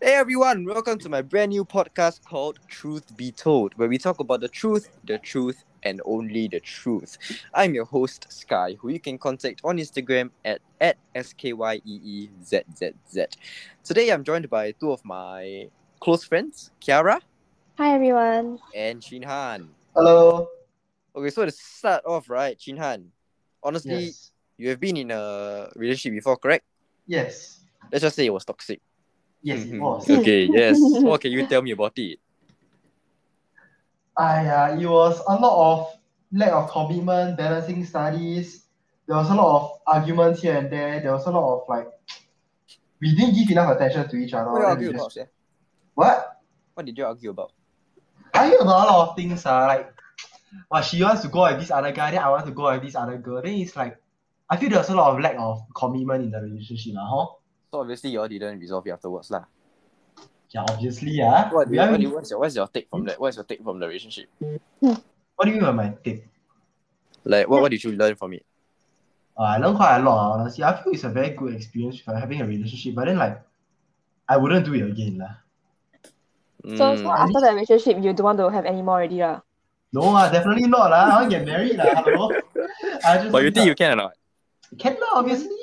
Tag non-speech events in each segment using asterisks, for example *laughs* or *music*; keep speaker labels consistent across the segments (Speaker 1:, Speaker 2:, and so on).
Speaker 1: Hey everyone, welcome to my brand new podcast called Truth Be Told, where we talk about the truth, the truth, and only the truth. I'm your host, Sky, who you can contact on Instagram at, at E SKYEEZZZ. Today I'm joined by two of my close friends, Kiara
Speaker 2: Hi everyone.
Speaker 1: and Shinhan.
Speaker 3: Hello.
Speaker 1: Okay, so to start off, right, Shinhan, honestly,
Speaker 3: Yes.
Speaker 1: you have been in a relationship before, correct?
Speaker 3: Yes.
Speaker 1: Let's just say it was toxic.
Speaker 3: Yes,
Speaker 1: Mhm.
Speaker 3: it was.
Speaker 1: Okay,
Speaker 3: *laughs*
Speaker 1: yes. What can you tell me about it?
Speaker 3: I, uh, it was a lot of lack of commitment, balancing studies. There was a lot of arguments here and there. There was a lot of like, we didn't give enough attention to each other.
Speaker 1: What did you
Speaker 3: and we
Speaker 1: argue
Speaker 3: just-
Speaker 1: about? yeah?
Speaker 3: What?
Speaker 1: What did you argue about?
Speaker 3: Argue about a lot of things. Uh, like, well, she wants to go with this other guy, then I want to go with this other girl. Then it's like, I feel there's a lot of lack of commitment in the relationship, lah, huh?
Speaker 1: So obviously you all didn't resolve it afterwards lah.
Speaker 3: Yeah, obviously, yeah.
Speaker 1: What,
Speaker 3: we
Speaker 1: what,
Speaker 3: haven't-
Speaker 1: do you- what's, your, what's your take from that? What's your take from the relationship?
Speaker 3: what do you mean by my tip?
Speaker 1: Like what, what did you learn from it?
Speaker 3: Uh, I learned quite a lot, honestly. I feel it's a very good experience for having a relationship, but then like I wouldn't do it again. lah.
Speaker 2: So, so
Speaker 1: Mm,
Speaker 2: after the relationship, you don't want to have any more already, lah.
Speaker 3: No, uh, definitely not. lah. I want to get married. lah. Hello. I just
Speaker 1: but you think you can or not?
Speaker 3: can lah, obviously.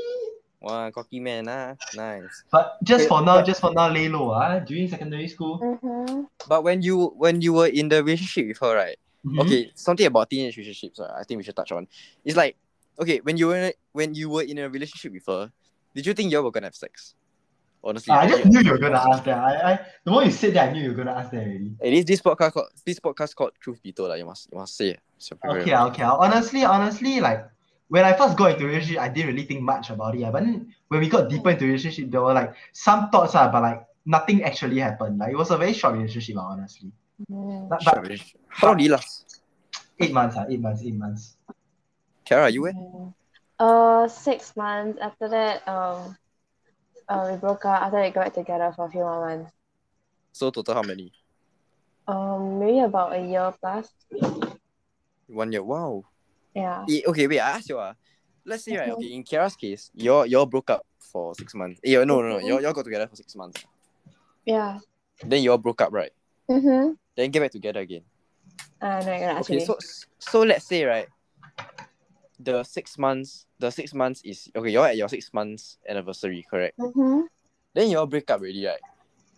Speaker 1: Wow, cocky man, ah, nice.
Speaker 3: But
Speaker 1: Okay,
Speaker 3: just for now,
Speaker 1: but-
Speaker 3: just for now, lay low. Uh, during secondary school.
Speaker 2: Mm-hmm.
Speaker 1: But when you when you were in the relationship with her, right?
Speaker 3: Mhm.
Speaker 1: Okay, something about teenage relationships, uh, I think we should touch on. It's like, okay, when you were when you were in a relationship with her, did you think you all were gonna have sex? Honestly,
Speaker 3: I just knew you were gonna ask that. I, I the moment you said that, I knew you were gonna ask that already.
Speaker 1: It is this podcast called this podcast called Truth Be Told. lah. you must you must say. it. It's your favorite.
Speaker 3: Okay, ah, okay. ah. Honestly, honestly, like when I first got into relationship, I didn't really think much about it. ah. But then when we got deeper into relationship, there were like some thoughts, uh, but like nothing actually happened. Like it was a very short relationship, ah, honestly. But,
Speaker 1: Short
Speaker 3: but
Speaker 1: relationship. How long did it last?
Speaker 3: eight months, ah, eight months, eight months.
Speaker 1: Kara, you were?
Speaker 2: Uh, six months after that, um, uh, we broke up. After that, we got back together for a few more months.
Speaker 1: So total how many?
Speaker 2: Um, maybe about a year plus.
Speaker 1: One year. Wow.
Speaker 2: Yeah.
Speaker 1: Eh, okay, wait, I ask you ah. Let's say right, okay, in Kiara's case, y'all y'all broke up for six months. Eh, no, no, no, y'all, y'all got together for six months.
Speaker 2: Yeah.
Speaker 1: Then y'all broke up, right?
Speaker 2: Mm-hmm.
Speaker 1: Then get back together again.
Speaker 2: Uh, no, no, actually.
Speaker 1: Okay, so so let's say right, the six months, the six months is okay. Y'all at your six months anniversary, correct?
Speaker 2: Mm-hmm.
Speaker 1: Then y'all break up already, right?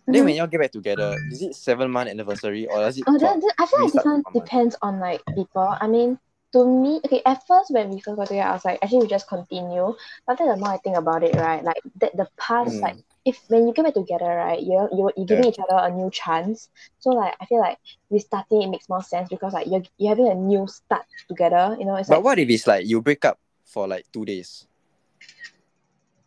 Speaker 1: Then when y'all get back together, is it seven month anniversary or does it?
Speaker 2: Oh, that, that, I feel
Speaker 1: we
Speaker 2: like this
Speaker 1: start
Speaker 2: one
Speaker 1: from a-
Speaker 2: depends on like people. I mean, to me, okay, at first when we first got together, I was like, actually, we just continue. But then the more I think about it, right, like that the past,
Speaker 1: Mm.
Speaker 2: like if when you get back together, right, you're you you giving each other a new chance. So like I feel like restarting it makes more sense because like you're you're having a new start together. You know, it's
Speaker 1: but
Speaker 2: like
Speaker 1: what if it's like you break up for like two days?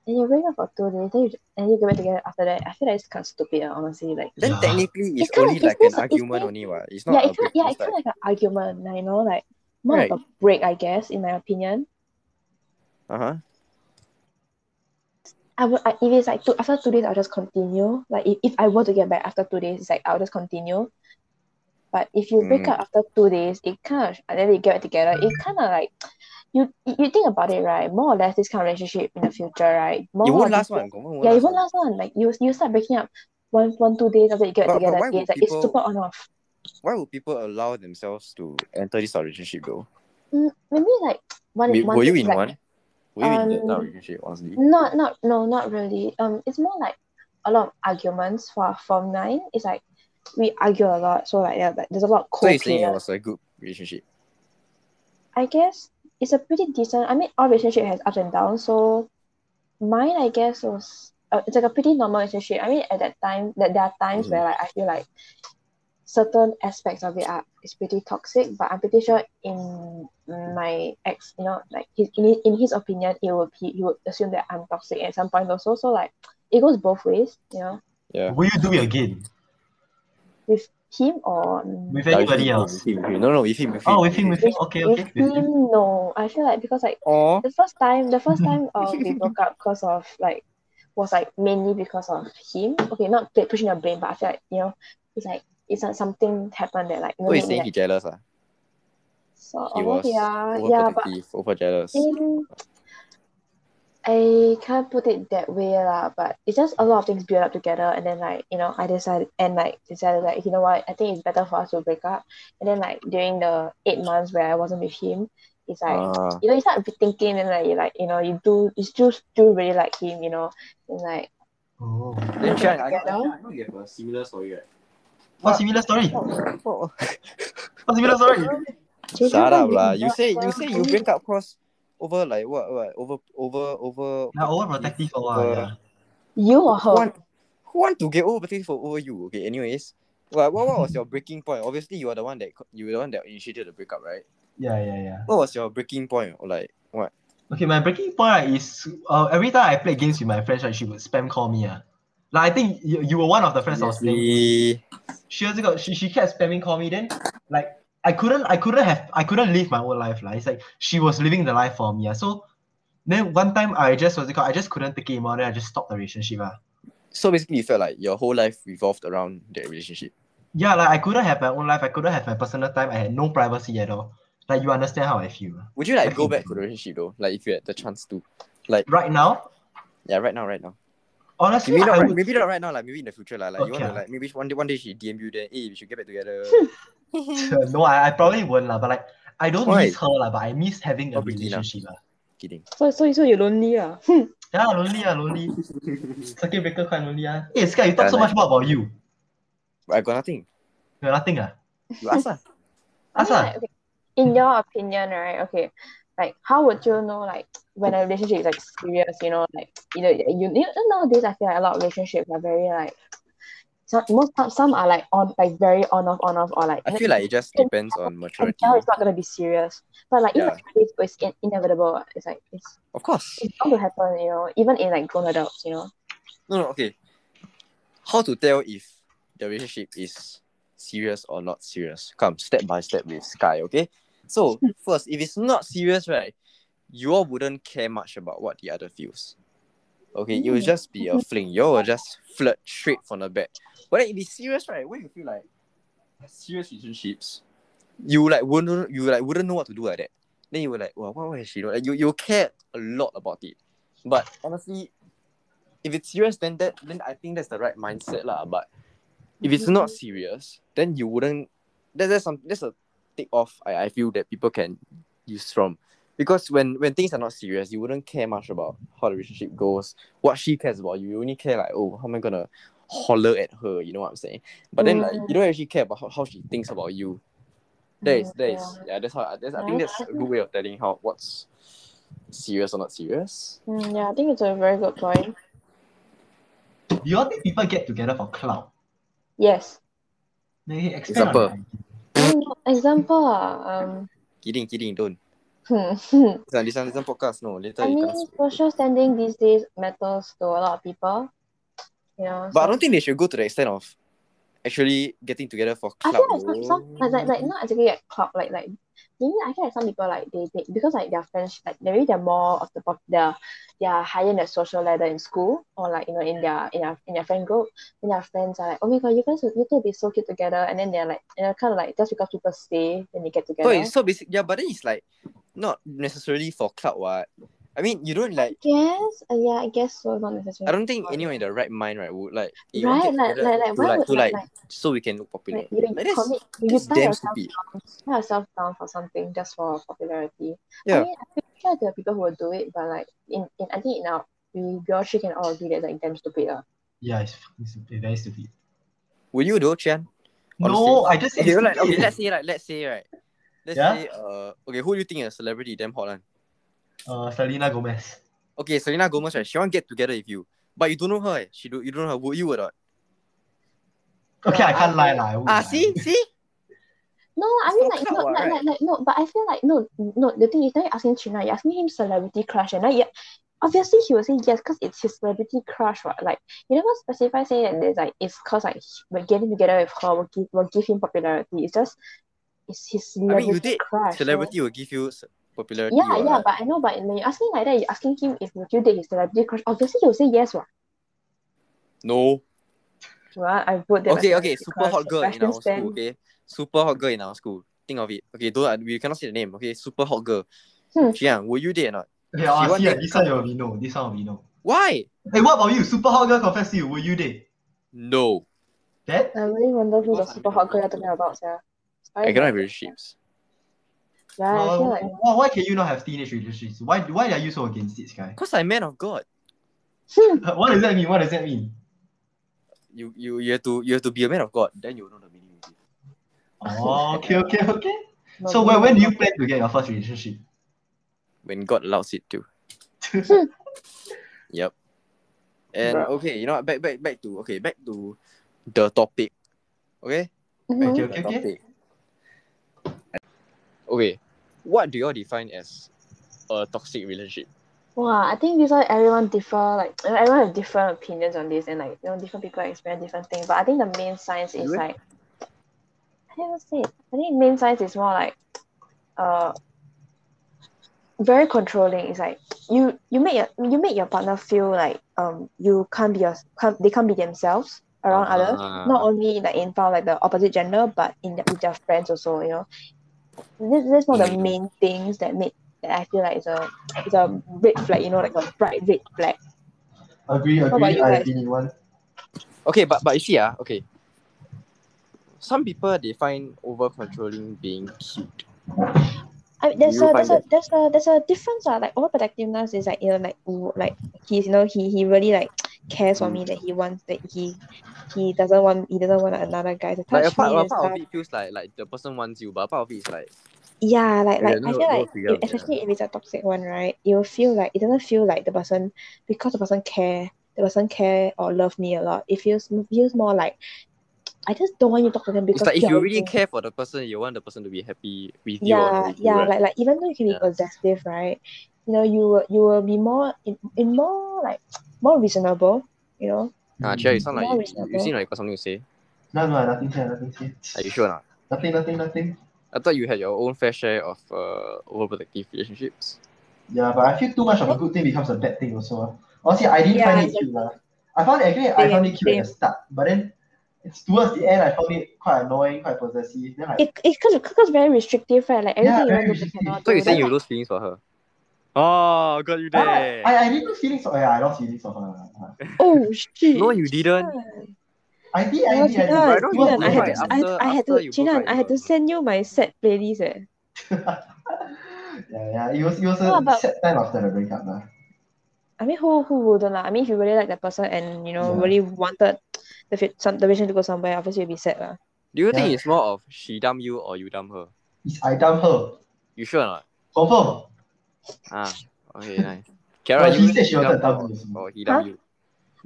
Speaker 2: and you're breaking up for two days, then you, and you get back together after that. I feel like it's kind of stupid, uh, honestly. Like
Speaker 1: Then
Speaker 3: Yeah.
Speaker 1: technically it's,
Speaker 2: It's kinda-
Speaker 1: only
Speaker 2: it's
Speaker 1: like an
Speaker 2: just- it's
Speaker 1: argument
Speaker 2: like-
Speaker 1: only, what? It's not.
Speaker 2: yeah,
Speaker 1: a
Speaker 2: it's kind
Speaker 1: break,
Speaker 2: of, yeah,
Speaker 1: it's
Speaker 2: it's
Speaker 1: like-
Speaker 2: kind of like an argument, like, you know, like more
Speaker 1: Right.
Speaker 2: of a break, I guess, in my opinion.
Speaker 1: Uh-huh.
Speaker 2: I would I, if it's like two, after two days I'll just continue. Like if, if I were to get back after two days, it's like I'll just continue. But if you break
Speaker 1: Mm.
Speaker 2: up after two days, it kind of and then you get back together. It kind of like you you think about it right. More or less, this kind of relationship in the future, right? More
Speaker 1: It
Speaker 2: or
Speaker 1: won't last
Speaker 2: less-
Speaker 1: one. confirm won't
Speaker 2: Yeah,
Speaker 1: last
Speaker 2: it won't
Speaker 1: one.
Speaker 2: last one. Like you you start breaking up one one two days after you get back
Speaker 1: But- but
Speaker 2: together
Speaker 1: why
Speaker 2: again.
Speaker 1: would
Speaker 2: It's like
Speaker 1: people-
Speaker 2: it's super on off.
Speaker 1: Why would people allow themselves to enter this sort of relationship though?
Speaker 2: Mm, maybe like one.
Speaker 1: Wait,
Speaker 2: one
Speaker 1: were you
Speaker 2: thing,
Speaker 1: in
Speaker 2: like,
Speaker 1: one? Were you in that sort of
Speaker 2: um,
Speaker 1: relationship, honestly?
Speaker 2: Not not no not really. Um, it's more like a lot of arguments for form nine. It's like we argue a lot, so like, yeah, like there's a lot of
Speaker 1: So
Speaker 2: cold
Speaker 1: you're saying it
Speaker 2: period.
Speaker 1: was a good relationship.
Speaker 2: I guess it's a pretty decent. I mean, our relationship has ups and downs. So mine, I guess, was uh, it's like a pretty normal relationship. I mean, at that time, that there are times
Speaker 1: Mhm.
Speaker 2: where like I feel like certain aspects of it are is pretty toxic. But I'm pretty sure in my ex, you know, like his in his, in his opinion, it would he, he would assume that I'm toxic at some point also. So like it goes both ways, you know,
Speaker 1: Yeah.
Speaker 3: Will you do it again
Speaker 2: with him or
Speaker 3: with
Speaker 1: Yeah, with
Speaker 3: anybody
Speaker 1: him,
Speaker 3: else?
Speaker 1: with him, with him. No, no, with him. With him
Speaker 3: Oh, with him, with him. Okay,
Speaker 2: with
Speaker 3: okay. with
Speaker 2: him.
Speaker 3: him.
Speaker 2: No, I feel like because like.
Speaker 1: Or
Speaker 2: the first time the first time uh, we broke up because of like was like mainly because of him okay not pla- pushing the blame but i feel like you know it's like it's not something happened that like you know,
Speaker 1: so you're
Speaker 2: made me,
Speaker 1: saying
Speaker 2: like,
Speaker 1: he jealous, ah?
Speaker 2: so
Speaker 1: He was
Speaker 2: almost, Oh, yeah yeah but
Speaker 1: overprotective, over jealous.
Speaker 2: in, I can't put it that way lah, but it's just a lot of things built up together, and then like you know, I decided and like decided like you know what, I think it's better for us to break up. And then like during the eight months where I wasn't with him, it's like
Speaker 1: Ah.
Speaker 2: you know, you start thinking and like you like you know, you do you still still really like him, you know, and like
Speaker 3: Oh.
Speaker 1: Then Chan, I, I,
Speaker 2: Together.
Speaker 1: I know you have a similar story, right?
Speaker 3: What's similar story?
Speaker 1: Oh,
Speaker 3: What's similar story?
Speaker 2: Jason,
Speaker 1: Shut up
Speaker 2: why
Speaker 1: lah. You
Speaker 2: you not
Speaker 1: say you
Speaker 2: well
Speaker 1: say you
Speaker 2: for
Speaker 1: break up cause over like what what over over over
Speaker 3: Yeah, overprotective or what? Yeah.
Speaker 2: you or
Speaker 1: who
Speaker 2: her?
Speaker 1: want who want to get overprotective for over you? Okay, anyways. What, what, what was your breaking point? Obviously you are the one that co- you were the one that initiated the breakup, right?
Speaker 3: yeah, yeah, yeah.
Speaker 1: What was your breaking point? Or like what?
Speaker 3: Okay, my breaking point right, is uh, every time I play games with my friends, right, she would spam call me. Uh. Like I think you, you were one of the friends I was playing. with.
Speaker 1: Obviously,
Speaker 3: She also got she, she kept spamming call me then like I couldn't I couldn't have I couldn't live my own life. Like it's like she was living the life for me. Uh. So then one time I just was I just couldn't take it anymore, then I just stopped the relationship. Uh.
Speaker 1: so basically you felt like your whole life revolved around that relationship.
Speaker 3: Yeah, like I couldn't have my own life, I couldn't have my personal time, I had no privacy at all. Like you understand how I feel. ah.
Speaker 1: Would you like go back to the relationship though? Like if you had the chance to.
Speaker 3: Right now,
Speaker 1: Yeah, right now, right now.
Speaker 3: honestly,
Speaker 1: Maybe not,
Speaker 3: I
Speaker 1: right,
Speaker 3: would
Speaker 1: maybe not right now, like maybe in the future, like, like you wanna
Speaker 3: Okay.
Speaker 1: like maybe one day one day she DM you then, hey, we should get back
Speaker 3: *laughs*
Speaker 1: together.
Speaker 3: no, I, I probably won't lah, but like I don't
Speaker 1: Why?
Speaker 3: miss her lah, but I miss having a
Speaker 1: Not pretty lah.
Speaker 3: relationship lah.
Speaker 1: Kidding.
Speaker 2: So so so you're lonely ah. Hmm.
Speaker 3: Yeah, lonely ah,
Speaker 1: *laughs*
Speaker 3: lonely. Circuit breaker quite lonely ah. Hey Sky, you talk
Speaker 1: Yeah,
Speaker 3: so
Speaker 1: like-
Speaker 3: much more about you.
Speaker 1: I got nothing.
Speaker 3: You nothing ah.
Speaker 1: You ask lah.
Speaker 2: I
Speaker 3: Ask
Speaker 2: mean,
Speaker 3: lah.
Speaker 2: like, okay, in your opinion, right? Okay, like how would you know like when a relationship is like serious? You know, like you know, you, you know, nowadays I feel like a lot of relationships are very like some most some, some are like on like very on off on off or like
Speaker 1: I feel like it just depends on
Speaker 2: you can
Speaker 1: maturity.
Speaker 2: tell it's not gonna be serious. But like
Speaker 1: Yeah.
Speaker 2: if it's, it's in- inevitable, it's like it's
Speaker 1: Of course.
Speaker 2: it's bound to happen. You know, even in like grown adults, you know.
Speaker 1: No, no, okay. How to tell if the relationship is serious or not serious? Come step by step with Sky, okay? So first, if it's not serious, right, you all wouldn't care much about what the other feels. Okay, it will just be a fling. You all will just flirt straight from the back. But then if it's serious, right, when you feel like serious relationships, you like wouldn't you like wouldn't know what to do like that. Then you were like, well, what was she doing? Like, you you care a lot about it. But honestly, if it's serious, then that then I think that's the right mindset lah. But if it's not serious, then you wouldn't. That, that's some that's a take off. I, I feel that people can use from because when when things are not serious, you wouldn't care much about how the relationship goes. What she cares about, you only care like, oh, how am I gonna holler at her? You know what I'm saying? But then like
Speaker 2: Mm.
Speaker 1: you don't actually care about how, how she thinks about you. That is that is yeah. That's how I- that's, I think that's a good way of telling how what's serious or not serious.
Speaker 2: Mm, yeah, I think it's a very good point.
Speaker 3: Do you all think people get together for clout?
Speaker 2: Yes.
Speaker 3: They expand
Speaker 1: Example.
Speaker 3: on
Speaker 2: Mm, example, ah, um,
Speaker 1: Kidding, kidding, don't.
Speaker 2: hmm.
Speaker 1: This one, this one, this one podcast. No, later
Speaker 2: I
Speaker 1: you
Speaker 2: mean,
Speaker 1: can.
Speaker 2: social standing these days matters to a lot of people. You know,
Speaker 1: But I
Speaker 2: so-
Speaker 1: don't think they should go to the extent of actually getting together for
Speaker 2: I
Speaker 1: club.
Speaker 2: feel like some,
Speaker 1: though.
Speaker 2: some like, like, like not exactly at club like like maybe I feel like some people like they, they because like their friends like maybe they're more of the pop the they're higher in their social ladder in school or like you know in their in their in their friend group and their friends are like oh my god you guys would- you two will be so cute together and then they're like you know kind of like just because people stay then they get
Speaker 1: so
Speaker 2: together.
Speaker 1: it's so basic. Yeah, but then it's like not necessarily for club. What I mean, you don't like.
Speaker 2: Yes, uh, yeah, I guess so. Not
Speaker 1: I
Speaker 2: necessarily.
Speaker 1: don't think anyone in their right mind, right, would like. eh, want to
Speaker 2: Right, like,
Speaker 1: get
Speaker 2: like, like,
Speaker 1: together to,
Speaker 2: why
Speaker 1: like,
Speaker 2: would
Speaker 1: to like,
Speaker 2: like, like,
Speaker 1: so we can look popular.
Speaker 2: like, you
Speaker 1: Like,
Speaker 2: you
Speaker 1: that's,
Speaker 2: commit, you
Speaker 1: that's
Speaker 2: tie
Speaker 1: damn
Speaker 2: yourself
Speaker 1: stupid.
Speaker 2: tie yourself down for something just for popularity.
Speaker 1: Yeah.
Speaker 2: I mean, I'm pretty sure there are people who will do it, but like in, in I think in our we, we all sure can all agree that like damn stupid. Uh.
Speaker 3: Yeah, it's fucking stupid. Very stupid.
Speaker 1: Will you though, Chan?
Speaker 3: No, I just
Speaker 1: Okay, like, okay, *laughs*
Speaker 3: stupid.
Speaker 1: let's say, like, let's say, right. Let's
Speaker 3: Yeah?
Speaker 1: say, uh, okay, who do you think is a celebrity? Damn hot, one?
Speaker 3: uh, Selena Gomez.
Speaker 1: Okay, Selena Gomez, right? She want to get together with you, but you don't know her. eh. She do, you don't know her. Would you or not?
Speaker 3: Okay, I can't lie, lah. I won't
Speaker 1: Ah,
Speaker 3: lie.
Speaker 1: see, see.
Speaker 2: No, I
Speaker 1: It's
Speaker 2: mean
Speaker 1: not
Speaker 2: like
Speaker 1: clout
Speaker 2: no,
Speaker 1: what,
Speaker 2: like,
Speaker 1: right?
Speaker 2: like, like no, but I feel like no, no. The thing is, now you're asking China, you're asking him celebrity crush, and like yeah, obviously he will say yes because it's his celebrity crush, right? Like you never specify say that there's like it's cause like he- we're getting together with her will give will give him popularity. It's just it's his
Speaker 1: you did
Speaker 2: celebrity crush. so-
Speaker 1: Celebrity will give you s- popularity.
Speaker 2: Yeah,
Speaker 1: or
Speaker 2: yeah,
Speaker 1: like-
Speaker 2: but I know, but when you asking like that, you're asking him if would you date his celebrity crush. Obviously, he'll say yes, what?
Speaker 1: No.
Speaker 2: Right? I would date my
Speaker 1: Okay, okay.
Speaker 2: celebrity
Speaker 1: Super
Speaker 2: crush,
Speaker 1: hot girl in
Speaker 2: fashion
Speaker 1: our school.
Speaker 2: sense.
Speaker 1: Okay, super hot girl in our school. Think of it. Okay, don't we cannot say the name. Okay, super hot girl.
Speaker 2: Hmm.
Speaker 1: Jiang, will you date or not?
Speaker 3: Yeah, honestly,
Speaker 1: want
Speaker 3: yeah,
Speaker 1: that
Speaker 3: ah, this one will be no. This one will be no.
Speaker 1: Why?
Speaker 3: Hey, what about you? Super hot girl confess to you. Will you date?
Speaker 1: No.
Speaker 3: That?
Speaker 2: I really wonder who the
Speaker 1: Because I'm
Speaker 2: super hot girl you're talking about, yeah.
Speaker 1: I cannot have relationships.
Speaker 2: Yeah, I feel
Speaker 3: Well,
Speaker 2: like
Speaker 3: why, Uh, why can you not have teenage relationships? Why why are you so against it, Sky? *laughs*
Speaker 1: Because I'm man of God.
Speaker 3: what does that mean? What does
Speaker 2: *laughs*
Speaker 3: that mean?
Speaker 1: You you you have to you have to be a man of God. Then you will know the meaning of it.
Speaker 3: Oh, okay, okay, okay.
Speaker 2: Hmm,
Speaker 3: *laughs* So
Speaker 2: maybe-
Speaker 3: when, when
Speaker 2: *laughs*
Speaker 3: do you plan to get your first relationship? *laughs*
Speaker 1: When God allows it to. Yep. And
Speaker 2: Bruh.
Speaker 1: okay, you know, what, back back back to okay, back to the topic. Okay? Back to
Speaker 2: Mhm.
Speaker 3: Okay,
Speaker 1: the
Speaker 3: okay, okay.
Speaker 1: topic. Okay. What do you all define as a toxic relationship?
Speaker 2: Wow, I think this one everyone differ like you know, everyone have different opinions on this and like you know different people experience different things. But I think the main science is
Speaker 1: Really?
Speaker 2: like I don't say it. I think main science is more like uh very controlling. It's like you you make your you make your partner feel like um you can't be your can't, they can't be themselves around
Speaker 1: Uh-huh.
Speaker 2: others.
Speaker 3: Ah.
Speaker 2: Not only like in front of, like the opposite gender, but in the, with their friends also. You know, this that's one of the
Speaker 1: Mm.
Speaker 2: main things that make that I feel like it's a it's a red flag. You know, like a bright red flag.
Speaker 3: Agree,
Speaker 2: What about
Speaker 3: agree.
Speaker 2: you
Speaker 3: I
Speaker 2: guys?
Speaker 3: agree. One.
Speaker 1: Okay, but but you see, ah, okay. Some people they find over controlling being cute.
Speaker 2: I mean, there's
Speaker 1: You
Speaker 2: a
Speaker 1: find
Speaker 2: there's a there's a there's a difference. Uh, like overprotectiveness is like you know like w- like he's you know he he really like cares for
Speaker 1: Mm.
Speaker 2: me that he wants that he he doesn't want he doesn't want another guy to touch
Speaker 1: Like a part,
Speaker 2: me
Speaker 1: a
Speaker 2: and
Speaker 1: part
Speaker 2: stuff.
Speaker 1: of it feels like like the person wants you, but a part of it is like
Speaker 2: Yeah, like
Speaker 1: Yeah,
Speaker 2: like I
Speaker 1: no-
Speaker 2: feel
Speaker 1: no
Speaker 2: like
Speaker 1: freedom,
Speaker 2: it- especially if it's a toxic one, right? It will feel like it doesn't feel like the person because the person care the person care or love me a lot. It feels feels more like I just don't want you to talk to them
Speaker 1: it's
Speaker 2: because
Speaker 1: like if
Speaker 2: you're
Speaker 1: you really care
Speaker 2: okay.
Speaker 1: for the person, you want the person to be happy with you. or
Speaker 2: yeah
Speaker 1: with you,
Speaker 2: yeah
Speaker 1: right?
Speaker 2: like like even though you can be
Speaker 1: Yeah.
Speaker 2: possessive right you know you will you will be more in, in more like more reasonable you know
Speaker 1: Ah, Chia, you sound like
Speaker 2: more
Speaker 1: you, you, you
Speaker 2: reasonable
Speaker 1: seem like you got something to say.
Speaker 3: No, no, nothing here, nothing here.
Speaker 1: Are you sure or not?
Speaker 3: Nothing, nothing, nothing.
Speaker 1: I thought you had your own fair share of uh, overprotective relationships.
Speaker 3: Yeah, but I feel too much of a good thing becomes a bad thing also. ah. Honestly, I didn't
Speaker 2: Yeah,
Speaker 3: find it
Speaker 2: exactly.
Speaker 3: cute. lah. I found actually I
Speaker 2: Same,
Speaker 3: found it cute at the
Speaker 2: same.
Speaker 3: start, but then it's towards the end I found it quite annoying, quite possessive. Then like,
Speaker 2: it it cause, cause very restrictive right like
Speaker 3: Yeah,
Speaker 2: everything you
Speaker 3: very
Speaker 2: want to do you cannot
Speaker 1: So
Speaker 2: do
Speaker 1: you're saying
Speaker 2: then
Speaker 1: you
Speaker 2: like
Speaker 1: lose feelings for her? Oh, got you
Speaker 3: ah,
Speaker 1: there.
Speaker 3: I, I didn't lose feelings. Oh yeah, I lost feelings of her. ah.
Speaker 2: oh shit
Speaker 1: no, you didn't.
Speaker 3: I did, I
Speaker 2: Oh,
Speaker 3: did, I did.
Speaker 1: But I
Speaker 2: Chinan,
Speaker 1: don't even know why. After,
Speaker 2: Chinan, I had to, I had to,
Speaker 3: Towards the end,
Speaker 2: I had
Speaker 1: after
Speaker 2: to,
Speaker 1: you broke
Speaker 2: Chinan,
Speaker 1: up,
Speaker 2: I had
Speaker 1: you
Speaker 2: to send you my set playlist. Eh.
Speaker 3: yeah, yeah. It was, it was
Speaker 2: No,
Speaker 3: a
Speaker 2: but
Speaker 3: sad time after the breakup. lah.
Speaker 2: I mean, who who wouldn't lah? I mean, if you really like that person and you know
Speaker 3: Yeah.
Speaker 2: really wanted the fit, some the relation to go somewhere, obviously you'll be sad lah.
Speaker 1: Do you think
Speaker 3: Yeah.
Speaker 1: it's more of she dump you or you dump her?
Speaker 3: It's I dumb her.
Speaker 1: You sure or not?
Speaker 3: Confirm.
Speaker 1: Ah,
Speaker 3: *laughs*
Speaker 1: okay, nice. Kara,
Speaker 3: No,
Speaker 1: you
Speaker 3: he said she
Speaker 1: you
Speaker 3: wanted
Speaker 1: dump
Speaker 3: to dump
Speaker 1: her
Speaker 3: you.
Speaker 1: or, or he dump
Speaker 2: Huh?
Speaker 1: you.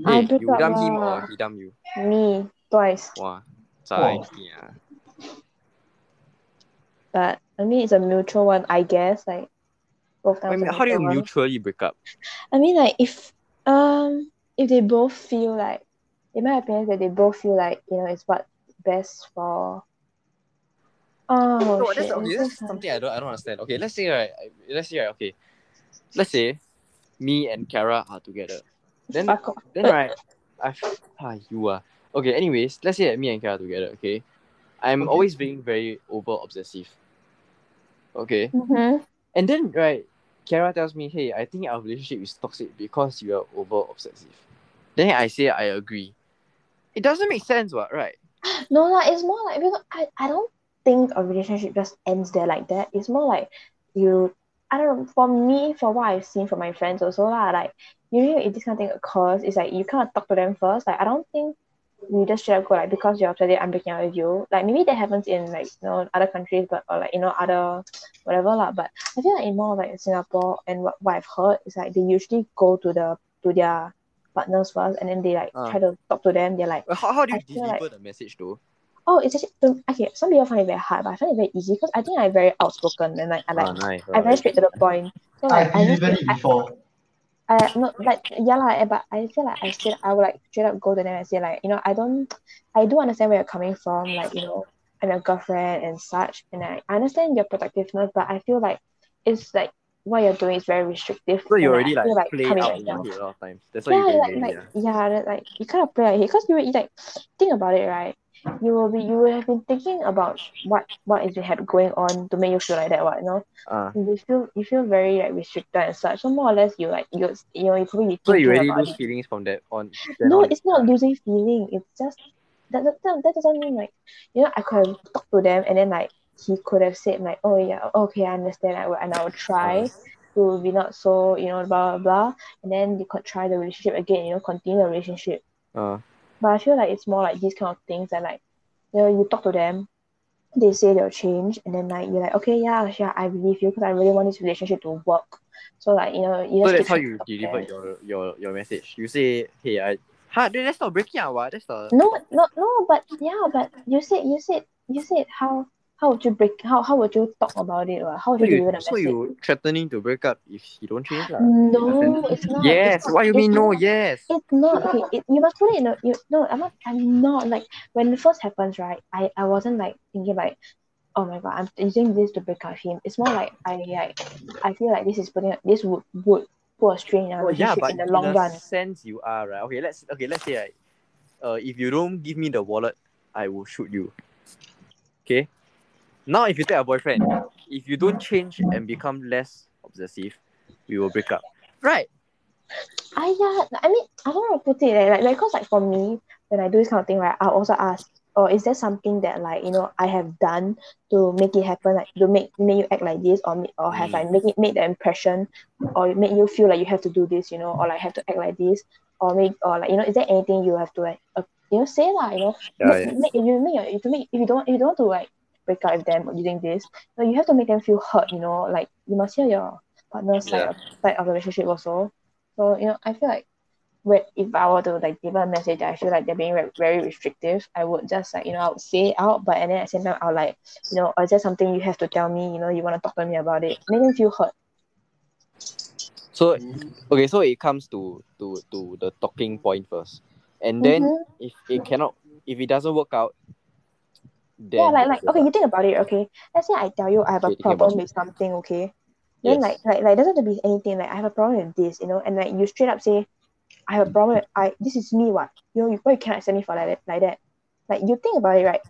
Speaker 2: I
Speaker 1: Hey,
Speaker 2: broke
Speaker 1: you
Speaker 2: up
Speaker 1: dump him
Speaker 2: lah.
Speaker 1: or he dump you.
Speaker 2: Me twice,
Speaker 1: Wow.
Speaker 3: Wow.
Speaker 1: Yeah.
Speaker 2: but I mean it's a mutual one, I guess. Like both
Speaker 1: I
Speaker 2: times.
Speaker 1: mean,
Speaker 2: a
Speaker 1: how do you
Speaker 2: mutual one.
Speaker 1: mutually break up?
Speaker 2: I mean, like if um if they both feel like, in my opinion, that they both feel like you know it's what best for. Oh
Speaker 1: No,
Speaker 2: shit!
Speaker 1: that's okay.
Speaker 2: I'm so
Speaker 1: That's
Speaker 2: sorry.
Speaker 1: something I don't I don't understand. Okay, let's say right. I- Let's say right. Okay, let's say me and Kara are together. Then
Speaker 2: Fuck off.
Speaker 1: then right, I ah you are okay. Anyways, let's say that me and Kara are together. Okay, I'm
Speaker 3: Okay.
Speaker 1: always being very over obsessive. Okay,
Speaker 2: Mm-hmm.
Speaker 1: and then right, Kara tells me, "Hey, I think our relationship is toxic because you are over obsessive." Then I say I agree. It doesn't make sense, what right?
Speaker 2: No, lah. It's more like because I, I don't think a relationship just ends there like that. It's more like you. I don't know. For me, for what I've seen from my friends also lah, like usually if this kind of thing occurs, it's like you kind of talk to them first. Like I don't think you just straight up go like because you're upset, I'm breaking up with you. Like maybe that happens in like you know other countries, but or like you know other whatever lah. But I feel like in more like Singapore and what, what I've heard is like they usually go to the to their partners first and then they like
Speaker 1: Ah.
Speaker 2: try to talk to them. They're like.
Speaker 1: Well, How, how do
Speaker 2: I
Speaker 1: you
Speaker 2: feel like-
Speaker 1: deliver the message though?
Speaker 2: Oh, it's actually the- okay. Some people find it very hard, but I find it very easy because I think I'm very outspoken and like I like
Speaker 1: Ah, nice.
Speaker 2: I'm very
Speaker 1: alright.
Speaker 2: straight to the point. So like I
Speaker 3: I've
Speaker 2: just
Speaker 3: delivered it
Speaker 2: I,
Speaker 3: before.
Speaker 2: I not like yeah lah, eh, but I feel like I still I would like straight up go to them and say like you know I don't I do understand where you're coming from like you know I'm your girlfriend and such and I understand your protectiveness, but I feel like it's like what you're doing is very restrictive.
Speaker 1: So you
Speaker 2: and,
Speaker 1: already
Speaker 2: I
Speaker 1: like
Speaker 2: feel like
Speaker 1: play
Speaker 2: coming
Speaker 1: out
Speaker 2: at
Speaker 1: in
Speaker 2: them.
Speaker 1: your head a lot of times. That's why you
Speaker 2: Yeah,
Speaker 1: get
Speaker 2: like
Speaker 1: ready.
Speaker 2: like yeah, that- like you kind of play like because you really like think about it, right? you will be you will have been thinking about what what is you had going on to make you feel like that. What you know,
Speaker 1: Ah,
Speaker 2: you feel you feel very like restricted and such. So more or less, you like you you know you probably be
Speaker 1: so you
Speaker 2: thinking
Speaker 1: already
Speaker 2: about
Speaker 1: lose
Speaker 2: it.
Speaker 1: feelings from that on. then
Speaker 2: No,
Speaker 1: on.
Speaker 2: it's not losing feeling. It's just that, that, that, that doesn't mean like you know I could have talked to them and then like he could have said like oh yeah okay I understand I will and I will try
Speaker 1: Uh-huh.
Speaker 2: to be not so you know blah blah blah and then they could try the relationship again you know continue the relationship.
Speaker 1: Ah,
Speaker 2: But I feel like it's more like these kind of things that like you know you talk to them, they say they'll change and then like you're like okay yeah yeah I believe you because I really want this relationship to work. So like you know you
Speaker 1: so that's
Speaker 2: just keep
Speaker 1: how
Speaker 2: trying to
Speaker 1: you
Speaker 2: talk to them.
Speaker 1: deliver your, your your message. You say, hey, I. Ha, dude, that's not breaking up, what? That's not.
Speaker 2: No, no, no. But yeah, but you said you said you said how how would you break how how would you talk about it? Or how would
Speaker 1: So
Speaker 2: you
Speaker 1: you,
Speaker 2: deliver the
Speaker 1: so
Speaker 2: message?
Speaker 1: you threatening to break up if he don't change lah.
Speaker 2: No, it's not.
Speaker 1: Yes,
Speaker 2: It's not,
Speaker 1: what you
Speaker 2: it's
Speaker 1: mean no?
Speaker 2: not-
Speaker 1: Yes.
Speaker 2: It's not okay. It, you must put it in a you no. I'm not. I'm not like when it first happens, right? I I wasn't like thinking like, oh my god, I'm using this to break up him. It's more like I like I feel like this is putting this would would put a strain in our
Speaker 1: Oh, yeah,
Speaker 2: relationship
Speaker 1: but
Speaker 2: in the long
Speaker 1: a
Speaker 2: run.
Speaker 1: sense you are right. Okay, let's okay, let's say right, uh, if you don't give me the wallet, I will shoot you. Okay. Now, if you take a boyfriend, if you don't change and become less obsessive, we will break up. Right.
Speaker 2: I yeah, I mean, I don't know how to put it eh, like, like, cause like for me, when I do this kind of thing, right, I'll also ask, or is there something that like you know I have done to make it happen, like to make make you act like this, or make, or have
Speaker 1: Mm.
Speaker 2: like make it make the impression, or make you feel like you have to do this, you know, or like have to act like this, or make or like you know, is there anything you have to like uh, you know say lah, you know, make, make- if you make your- if you make if you don't if you don't want to like break up with them using this, you, know, you have to make them feel hurt, you know, like you must hear your partner's side
Speaker 1: Yeah.
Speaker 2: of side of the relationship also. So you know, I feel like when if I were to like give a message, that I feel like they're being re- very restrictive. I would just like you know I would say it out, but and then at the same time I'll like you know, or is there something you have to tell me? You know, you want to talk to me about it? Make them feel hurt.
Speaker 1: So okay, so it comes to to to the talking point first, and then
Speaker 2: Mhm.
Speaker 1: if it cannot, if it doesn't work out, then
Speaker 2: yeah, like
Speaker 1: you
Speaker 2: like
Speaker 1: break
Speaker 2: okay,
Speaker 1: up.
Speaker 2: you think about it. Okay, let's say I tell you I have a
Speaker 1: Okay, think about
Speaker 2: problem with something. Okay, then
Speaker 1: Yes.
Speaker 2: like like like doesn't have to be anything. Like I have a problem with this, you know, and like you straight up say I have a problem. with- I this is me. What you know? You why you cannot accept me for like that? Like that? Like you think about it, right?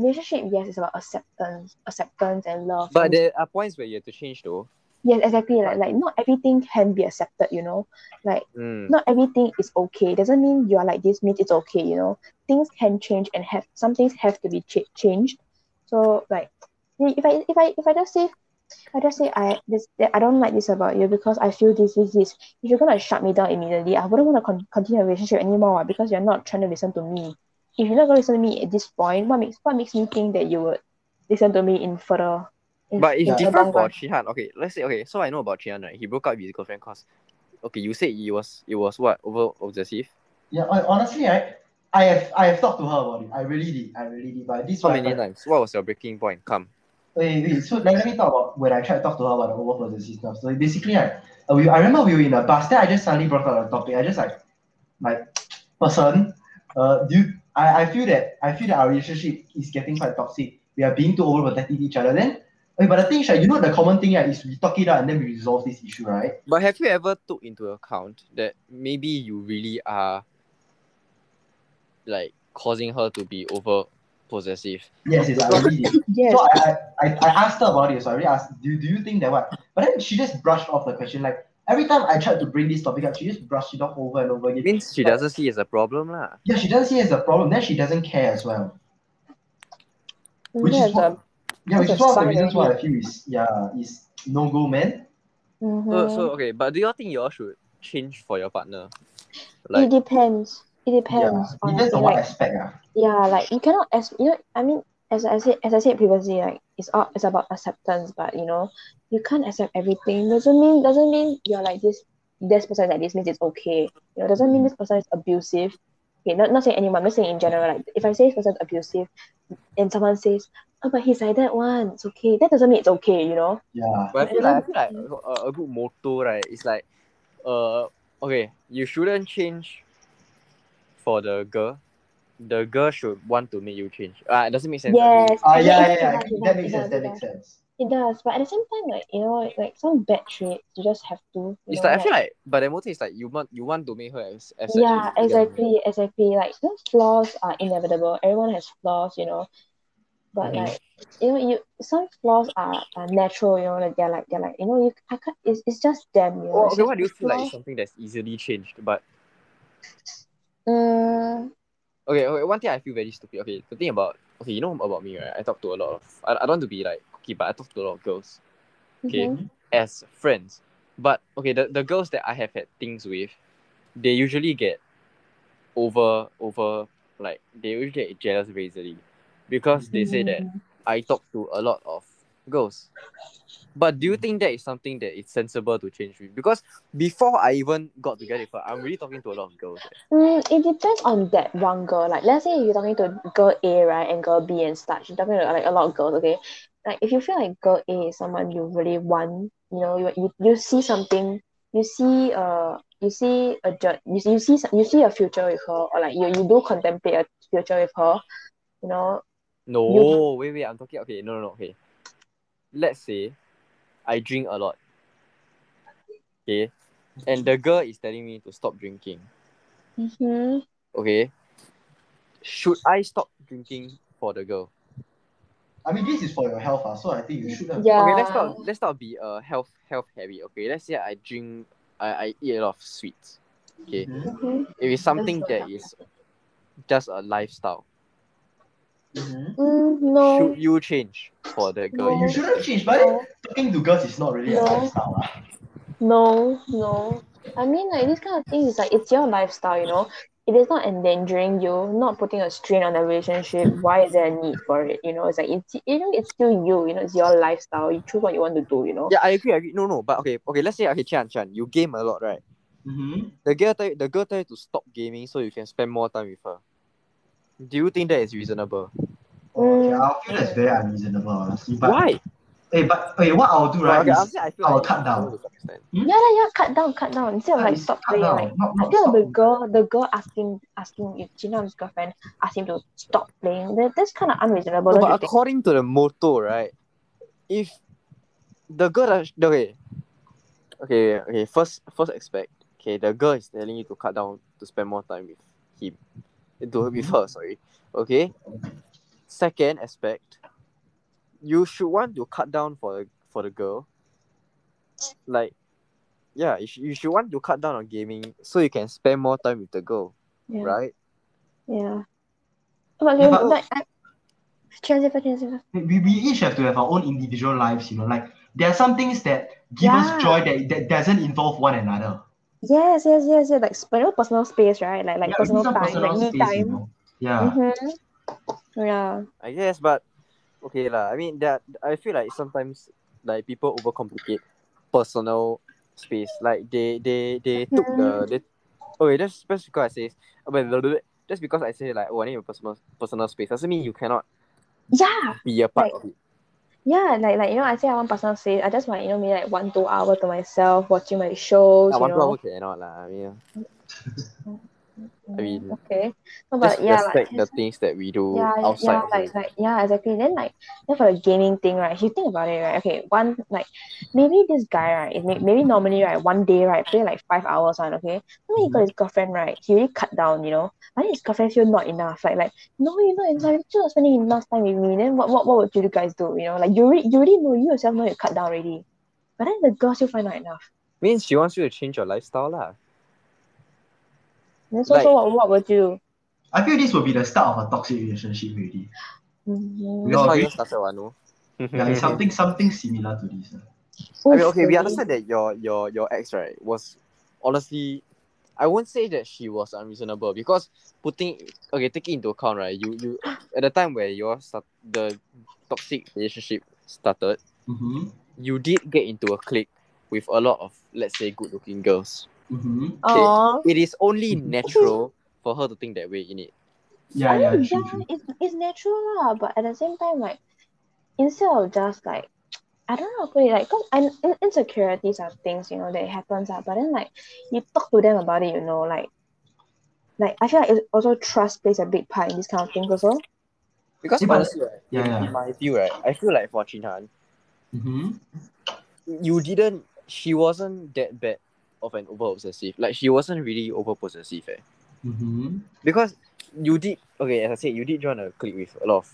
Speaker 2: Relationship, yes, it's about acceptance, acceptance and love.
Speaker 1: But
Speaker 2: and
Speaker 1: there are points where you have to change though.
Speaker 2: Yes, exactly. Like,
Speaker 1: Right.
Speaker 2: like not everything can be accepted, you know. Like
Speaker 1: Mm.
Speaker 2: not everything is okay. Doesn't mean you are like this means it's okay, you know. Things can change and have some things have to be ch- changed. So like if I if I if I just say I just say I this that I don't like this about you because I feel this this this. If you're gonna shut me down immediately, I wouldn't want to con- continue a relationship anymore what, because you're not trying to listen to me. If you're not gonna listen to me at this point, what makes what makes me think that you would listen to me in further? In,
Speaker 1: But it's
Speaker 2: in the
Speaker 1: different
Speaker 2: long
Speaker 1: for
Speaker 2: run?
Speaker 1: Chihan. Okay, let's say okay. So I know about Chihan, right? He broke up with his girlfriend because, okay, you said it was it was what over obsessive.
Speaker 3: Yeah, hon- honestly, I, I have I have talked to her about it. I really did. I really did. But this
Speaker 1: How
Speaker 3: one,
Speaker 1: many times? What was your breaking point? Come.
Speaker 3: Wait, wait, so let, let me talk about when I tried to talk to her about the overflow and stuff. So basically, I, uh, we, I remember we were in a bus, then I just suddenly brought up the topic. I just like, like, person, uh, do you, I, I feel that I feel that our relationship is getting quite toxic. We are being too overprotective of each other. Then, okay, but the thing is, right, you know, the common thing right, is we talk it out and then we resolve this issue, right?
Speaker 1: But have you ever took into account that maybe you really are, like, causing her to be over possessive?
Speaker 3: Yes, yes, I really did.
Speaker 2: Yes.
Speaker 3: So I, I, I I asked her about it. So I really asked, do, do you think that what? But then she just brushed off the question. Like every time I tried to bring this topic up, she just brushed it off over and over again.
Speaker 1: Means she doesn't see it as a problem lah.
Speaker 3: Yeah, she doesn't see it as a problem. Then she doesn't care as well. Which
Speaker 2: That's
Speaker 3: is what, yeah, which
Speaker 2: that's
Speaker 3: is one of
Speaker 2: a
Speaker 3: the reasons
Speaker 2: sign
Speaker 3: why I feel is yeah is no go man.
Speaker 1: So,
Speaker 2: Mhm.
Speaker 1: so okay, but do you all think you all should change for your partner?
Speaker 2: it
Speaker 1: Like,
Speaker 2: depends. It
Speaker 3: Yeah,
Speaker 2: depends.
Speaker 3: it depends
Speaker 2: honestly.
Speaker 3: on what
Speaker 2: Like
Speaker 3: aspect ah.
Speaker 2: yeah, like you cannot as you know. I mean, as I said, as I said previously, like it's all it's about acceptance. But you know, you can't accept everything. Doesn't mean doesn't mean you're like this. This person is like this means it's okay. You know, doesn't mean this person is abusive. Okay, not not saying anyone. Not saying in general. Like if I say this person is abusive, and someone says, "Oh, but he's like that one. It's okay." That doesn't mean it's okay. You know.
Speaker 3: Yeah.
Speaker 1: but I feel like, I feel like a, a good motto, right? It's like, uh, okay, you shouldn't change for the girl. The girl should want to make you change. Ah, it doesn't make sense. I feel.
Speaker 2: Yes.
Speaker 3: Ah
Speaker 2: I
Speaker 3: yeah,
Speaker 2: think
Speaker 3: yeah,
Speaker 2: it's
Speaker 3: yeah.
Speaker 2: not
Speaker 3: I think
Speaker 2: enough,
Speaker 3: That makes
Speaker 2: it's
Speaker 3: sense.
Speaker 2: not
Speaker 3: That makes sense.
Speaker 2: It does, but at the same time, like you know, like some bad traits, you just have to. you
Speaker 1: It's
Speaker 2: know,
Speaker 1: like I feel like but the motive is like you want you want to make her as, as
Speaker 2: yeah,
Speaker 1: as-
Speaker 2: exactly, exactly. Like those flaws are inevitable. Everyone has flaws, you know. But
Speaker 1: Mhm.
Speaker 2: like you know, you some flaws are, are natural, you know, like they're like they're like you know, you I can't. It's, it's just them, you
Speaker 1: Or
Speaker 2: know. it's
Speaker 1: Oh, okay,
Speaker 2: just
Speaker 1: what do you
Speaker 2: the
Speaker 1: feel like is
Speaker 2: flaw.
Speaker 1: something that's easily changed? But
Speaker 2: Mm,
Speaker 1: okay, okay, one thing I feel very stupid. Okay, the thing about okay, you know about me, right? I talk to a lot of I, I don't want to be like okay, but I talk to a lot of girls Okay.
Speaker 2: mhm.
Speaker 1: as friends. But okay, the, the girls that I have had things with, they usually get over over like they usually get jealous very easily. Because they say that
Speaker 2: Mhm.
Speaker 1: I talk to a lot of girls. But do you think that is something that is sensible to change with? Because before I even got together with her, I'm really talking to a lot of girls. eh.
Speaker 2: Mm, it depends on that one girl. Like, let's say you're talking to girl A, right, and girl B and such. You're talking to like a lot of girls, okay? Like, if you feel like girl A is someone you really want, you know, you you, you see something, you see uh, you see a jour- you see, you see some- you see a future with her, or like you you do contemplate a future with her, you know.
Speaker 1: No,
Speaker 2: You-
Speaker 1: wait, wait, I'm talking okay, no no no, okay. Let's say I drink a lot. Okay. And the girl is telling me to stop drinking.
Speaker 2: Mm-hmm.
Speaker 1: Okay. Should I stop drinking for the girl?
Speaker 3: I mean, this is for your health, ah, so I think you should. ah.
Speaker 2: Yeah.
Speaker 1: Okay, let's not let's not be uh health health heavy. Okay, let's say I drink I, I eat a lot of sweets. Okay.
Speaker 3: Mhm,
Speaker 2: Mhm.
Speaker 1: It is something that is just a lifestyle.
Speaker 3: mhm.
Speaker 2: Mm, no.
Speaker 1: Should you change for the girl?
Speaker 2: No.
Speaker 3: You shouldn't change, but then
Speaker 2: no.
Speaker 3: talking to girls is not really a
Speaker 2: No.
Speaker 3: lifestyle. ah.
Speaker 2: No, no. I mean, like this kind of thing is like it's your lifestyle, you know. It is not endangering you, not putting a strain on the relationship. Why is there a need for it? You know, it's like it's you know, it's still you. You know, it's your lifestyle. You choose what you want to do. You know.
Speaker 1: Yeah, I agree, I agree. No, no, but okay, okay, let's say okay, Chan Chan, you game a lot, right?
Speaker 3: Mhm.
Speaker 1: The girl tell the girl tell you to stop gaming so you can spend more time with her. Do you think that is reasonable?
Speaker 3: Oh, okay,
Speaker 2: Mm.
Speaker 3: I feel that's very unreasonable, honestly. But
Speaker 1: Why?
Speaker 3: Hey, but hey, what I'll do,
Speaker 1: Well,
Speaker 3: right?
Speaker 1: okay,
Speaker 3: is
Speaker 1: honestly, I feel
Speaker 3: I will
Speaker 1: like it's
Speaker 3: cut down.
Speaker 1: reasonable to some extent.
Speaker 2: Yeah, yeah, yeah. Cut down, cut down. Instead of
Speaker 3: I
Speaker 2: like
Speaker 3: will
Speaker 2: stop
Speaker 3: cut
Speaker 2: playing,
Speaker 3: down,
Speaker 2: like
Speaker 3: not,
Speaker 2: I
Speaker 3: not
Speaker 2: feel
Speaker 3: stop.
Speaker 2: the girl, the girl asking, asking if Gina's girlfriend asked him to stop playing. That, that's kind of unreasonable,
Speaker 1: No,
Speaker 2: don't you
Speaker 1: but
Speaker 2: think?
Speaker 1: according to the motto, right? If the girl that- okay, okay, okay. First, first aspect. Okay, the girl is telling you to cut down to spend more time with him, to with her. Sorry. Okay. Second aspect, you should want to cut down for for the girl. Like, yeah, you should, you should want to cut down on gaming so you can spend more time with the girl,
Speaker 2: Yeah,
Speaker 1: right?
Speaker 2: yeah. But,
Speaker 3: Yeah, but-
Speaker 2: like, I, Transfer, transfer.
Speaker 3: We, we each have to have our own individual lives, you know. Like there are some things that give us
Speaker 2: Yeah.
Speaker 3: joy that, that doesn't involve one another.
Speaker 2: Yes, yes, yes, yes. Like sp- you know, personal space, right? Like like
Speaker 3: yeah, we
Speaker 2: personal
Speaker 3: need some
Speaker 2: time,
Speaker 3: personal
Speaker 2: like me
Speaker 3: space, you
Speaker 2: time.
Speaker 3: know. Yeah.
Speaker 2: Mm-hmm. Yeah.
Speaker 1: I guess, but okay lah. I mean that I feel like sometimes like people overcomplicate personal space. Like they they they took the
Speaker 2: Mm.
Speaker 1: they okay that's that's because I say I mean, blah, blah, blah. that's because I say like oh I need a personal personal space doesn't mean you cannot
Speaker 2: Yeah.
Speaker 1: be a part
Speaker 2: Like-
Speaker 1: of it.
Speaker 2: Yeah. Like like you know, I say I want personal space. I just want you know me like one two hour to myself, watching my shows.
Speaker 1: I
Speaker 2: you
Speaker 1: want to
Speaker 2: know.
Speaker 1: work cannot lah. I mean
Speaker 2: Mm,
Speaker 1: I mean,
Speaker 2: okay. No,
Speaker 1: just
Speaker 2: but yeah, like
Speaker 1: respect the things that we do
Speaker 2: yeah, yeah,
Speaker 1: outside.
Speaker 2: yeah, like like yeah, exactly. Then like then for the gaming thing, right? If you think about it, right? Okay, one like maybe this guy, right? It may, maybe normally right, one day right, play like five hours one, okay. Then when he
Speaker 1: Mm-hmm.
Speaker 2: got his girlfriend, right? He really cut down, you know. But then his girlfriend feel not enough, like like no, you're not enough. You're still not spending enough time with me. Then what what what would you guys do? You know, like you already you already know you yourself know you cut down already. But then the girl still find not enough.
Speaker 1: Means she wants you to change your lifestyle lah.
Speaker 2: Then so
Speaker 1: Like-
Speaker 2: so what what would you?
Speaker 3: I feel this will be the start of a toxic relationship already.
Speaker 2: do?
Speaker 3: We
Speaker 1: That's
Speaker 3: all
Speaker 1: how
Speaker 3: agree.
Speaker 1: you started, Wano.
Speaker 3: Yeah,
Speaker 1: *laughs*
Speaker 3: it's something something similar to this. ah.
Speaker 1: I mean, okay, we understand that your your your ex right was honestly, I won't say that she was unreasonable because putting okay taking into account right you you at the time where your start, the toxic relationship started,
Speaker 3: Mhm.
Speaker 1: you did get into a clique with a lot of let's say good looking girls.
Speaker 3: Mhm.
Speaker 2: Aww.
Speaker 1: It is only natural for her to think that way in it.
Speaker 3: Yeah,
Speaker 2: I
Speaker 3: yeah,
Speaker 2: mean,
Speaker 3: true, true.
Speaker 2: it's, it's natural lah, but at the same time, like, instead of just like, I don't know how to put it, like, cause in, in- insecurities are things, you know, that happens, ah. but then, like, you talk to them about it, you know, like, like, I feel like it also trust plays a big part in this kind of things also.
Speaker 1: Because
Speaker 3: Yeah, but-
Speaker 1: honestly, right,
Speaker 3: Yeah,
Speaker 1: in,
Speaker 3: yeah.
Speaker 1: in my view, right, I feel like for Chin Han,
Speaker 3: Mm-hmm.
Speaker 1: you didn't she wasn't that bad of an over obsessive. Like she wasn't really over possessive eh.
Speaker 3: Mm-hmm.
Speaker 1: Because you did okay, as I said, you did join a clique with a lot of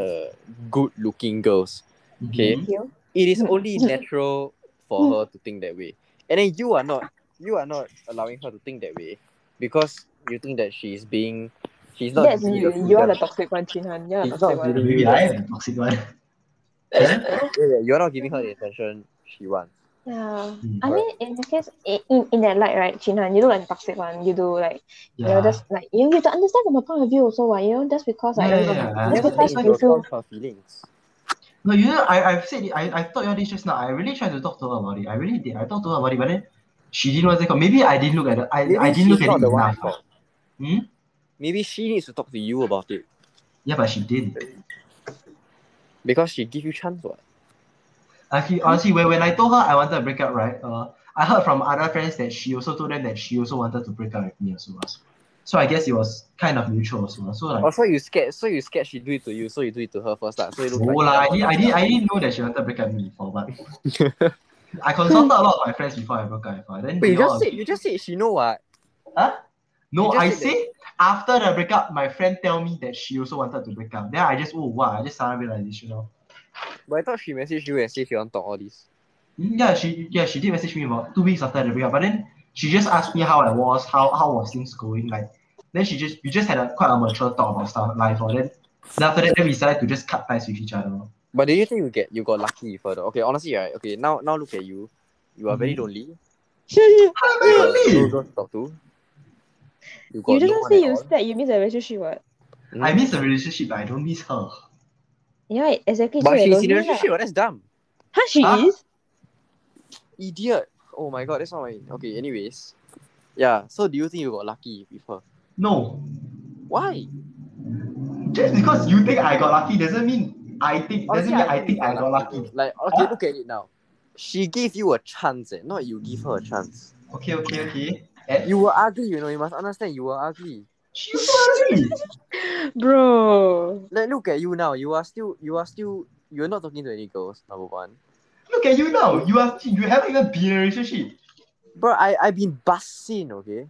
Speaker 1: uh good looking girls. Okay.
Speaker 3: Mhm.
Speaker 2: You?
Speaker 1: It is
Speaker 2: *laughs*
Speaker 1: only natural for her to think that way. And then you are not you are not allowing her to think that way because you think that she's being she's not
Speaker 2: That's
Speaker 1: being
Speaker 2: you.
Speaker 1: a good
Speaker 2: You are the
Speaker 1: girl.
Speaker 2: toxic one, Chin Han. You're
Speaker 1: It's
Speaker 2: the
Speaker 1: not
Speaker 2: toxic one.
Speaker 1: really-
Speaker 3: Maybe I am the toxic one. *laughs* Eh?
Speaker 1: Yeah, yeah, you're not giving her the attention she wants.
Speaker 2: Yeah.
Speaker 3: Mm.
Speaker 2: I mean, in the case, in, in, in that light, right, Chin Han, you look like the toxic one. You do like,
Speaker 3: yeah.
Speaker 2: you know, just like, you, you have to understand from her point of view also, why, you know, just because, like,
Speaker 3: Yeah,
Speaker 2: you know,
Speaker 3: yeah, yeah.
Speaker 1: You
Speaker 2: just
Speaker 1: have to take
Speaker 2: because
Speaker 1: into
Speaker 2: you feel
Speaker 1: account her feelings.
Speaker 3: No, you know, I, I've said it, I, I thought you know this just now. I really tried to talk to her about it. I really did. I talked to her about it, but then she didn't want to come. Maybe I didn't look at it. I,
Speaker 1: Maybe
Speaker 3: I didn't
Speaker 1: she's
Speaker 3: look at
Speaker 1: not
Speaker 3: it
Speaker 1: the one
Speaker 3: enough.
Speaker 1: at fault.
Speaker 3: Hmm?
Speaker 1: Maybe she needs to talk to you about it
Speaker 3: Yeah, but she did.
Speaker 1: because she give you chance. What?
Speaker 3: Actually, honestly, when, when I told her I wanted to break up, right? Uh, I heard from other friends that she also told them that she also wanted to break up with me also. uh. So I guess it was kind of mutual also. uh. So like,
Speaker 1: Oh, so you scared? So you scared she do it to you? So you do it to her first, lah. So you look
Speaker 3: no
Speaker 1: like.
Speaker 3: lah, I didn't, I didn't, I didn't know that she wanted to break up with me before, but
Speaker 1: *laughs*
Speaker 3: I consulted a lot of my friends before I broke up with her.
Speaker 1: Wait,
Speaker 3: Then they
Speaker 1: you just
Speaker 3: all
Speaker 1: said you just said she know what? You
Speaker 3: No,
Speaker 1: just
Speaker 3: I
Speaker 1: said that-
Speaker 3: say after the breakup, my friend tell me that she also wanted to break up. Then I just oh wow, I just suddenly realization. You know?
Speaker 1: But I thought she messaged you and said she want talk all this.
Speaker 3: Mm, Yeah, she yeah she did message me about two weeks after the breakup, but then she just asked me how I was, how how was things going, like. Then she just we just had a quite a mature talk about stuff life, or then then after that then we decided to just cut ties with each other.
Speaker 1: But do you think you get you got lucky further? Okay, honestly, right? Okay, now now look at you. You are very
Speaker 3: Mhm.
Speaker 1: lonely.
Speaker 3: How am
Speaker 1: You
Speaker 3: I
Speaker 1: got no
Speaker 3: lonely?
Speaker 1: girls to talk to. You got
Speaker 2: You
Speaker 1: no
Speaker 2: just
Speaker 1: one
Speaker 2: say
Speaker 1: at
Speaker 2: you
Speaker 1: all.
Speaker 2: scared, you miss the relationship, what?
Speaker 1: Mm.
Speaker 3: I miss the relationship, but I don't miss her.
Speaker 2: Yeah, exactly.
Speaker 1: but
Speaker 2: so
Speaker 1: she's
Speaker 2: lonely,
Speaker 1: in a
Speaker 2: lah.
Speaker 1: relationship. what? That's dumb.
Speaker 2: Huh, she
Speaker 3: Huh?
Speaker 2: is?
Speaker 1: Idiot. Oh my god, that's not my okay. Anyways, yeah. So do you think you got lucky with her?
Speaker 3: No,
Speaker 1: Why?
Speaker 3: just because you think I got lucky doesn't mean I think doesn't
Speaker 1: Honestly,
Speaker 3: mean
Speaker 1: I
Speaker 3: I
Speaker 1: think
Speaker 3: think
Speaker 1: you
Speaker 3: I got lucky.
Speaker 1: Like, okay,
Speaker 3: Huh?
Speaker 1: look at it now. She gave you a chance, eh? not you give her a chance.
Speaker 3: Okay, okay, okay. And
Speaker 1: You were ugly, you know, you must understand, you were ugly.
Speaker 3: she's so ugly.
Speaker 2: Bro.
Speaker 1: Like, look at you now, you are still, you are still, you're not talking to any girls, number one.
Speaker 3: Look at you now. You are you haven't even been in a relationship.
Speaker 1: Bro, I, I've been busting, okay?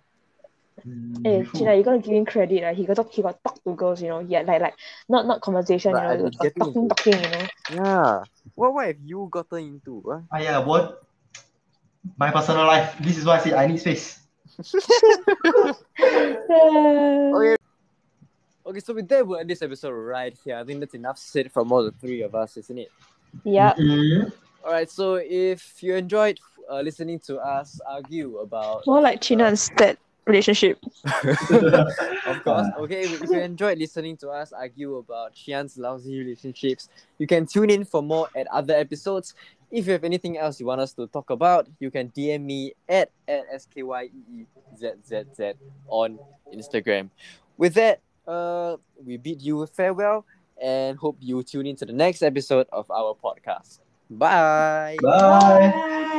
Speaker 1: Mm-hmm.
Speaker 2: Eh, China, you gotta give him credit. Like, he got talk, he got talk to girls, you know. Yeah, like like not not conversation,
Speaker 1: But I
Speaker 2: you know.
Speaker 1: was
Speaker 2: Got
Speaker 1: getting
Speaker 2: talking,
Speaker 1: into-
Speaker 2: talking, you know. *laughs*
Speaker 1: Yeah. What, what have you gotten into? Huh?
Speaker 3: Ah yeah, what? My personal life. This is why I say I need space.
Speaker 1: Okay. Okay, so with that, we'll end this episode right here. I think that's enough said from all the three of us, isn't it?
Speaker 2: Yeah.
Speaker 3: *laughs* Mhm.
Speaker 1: All right, so if you enjoyed uh, listening to us argue about
Speaker 2: More like China and Stat relationship.
Speaker 1: Of course. Okay, if you enjoyed listening to us argue about Xian's lousy relationships, you can tune in for more at other episodes. If you have anything else you want us to talk about, you can DM me at, at E SKYEEZZZ on Instagram. With that, uh, we bid you farewell and hope you tune in to the next episode of our podcast. Bye.
Speaker 3: Bye.
Speaker 2: Bye.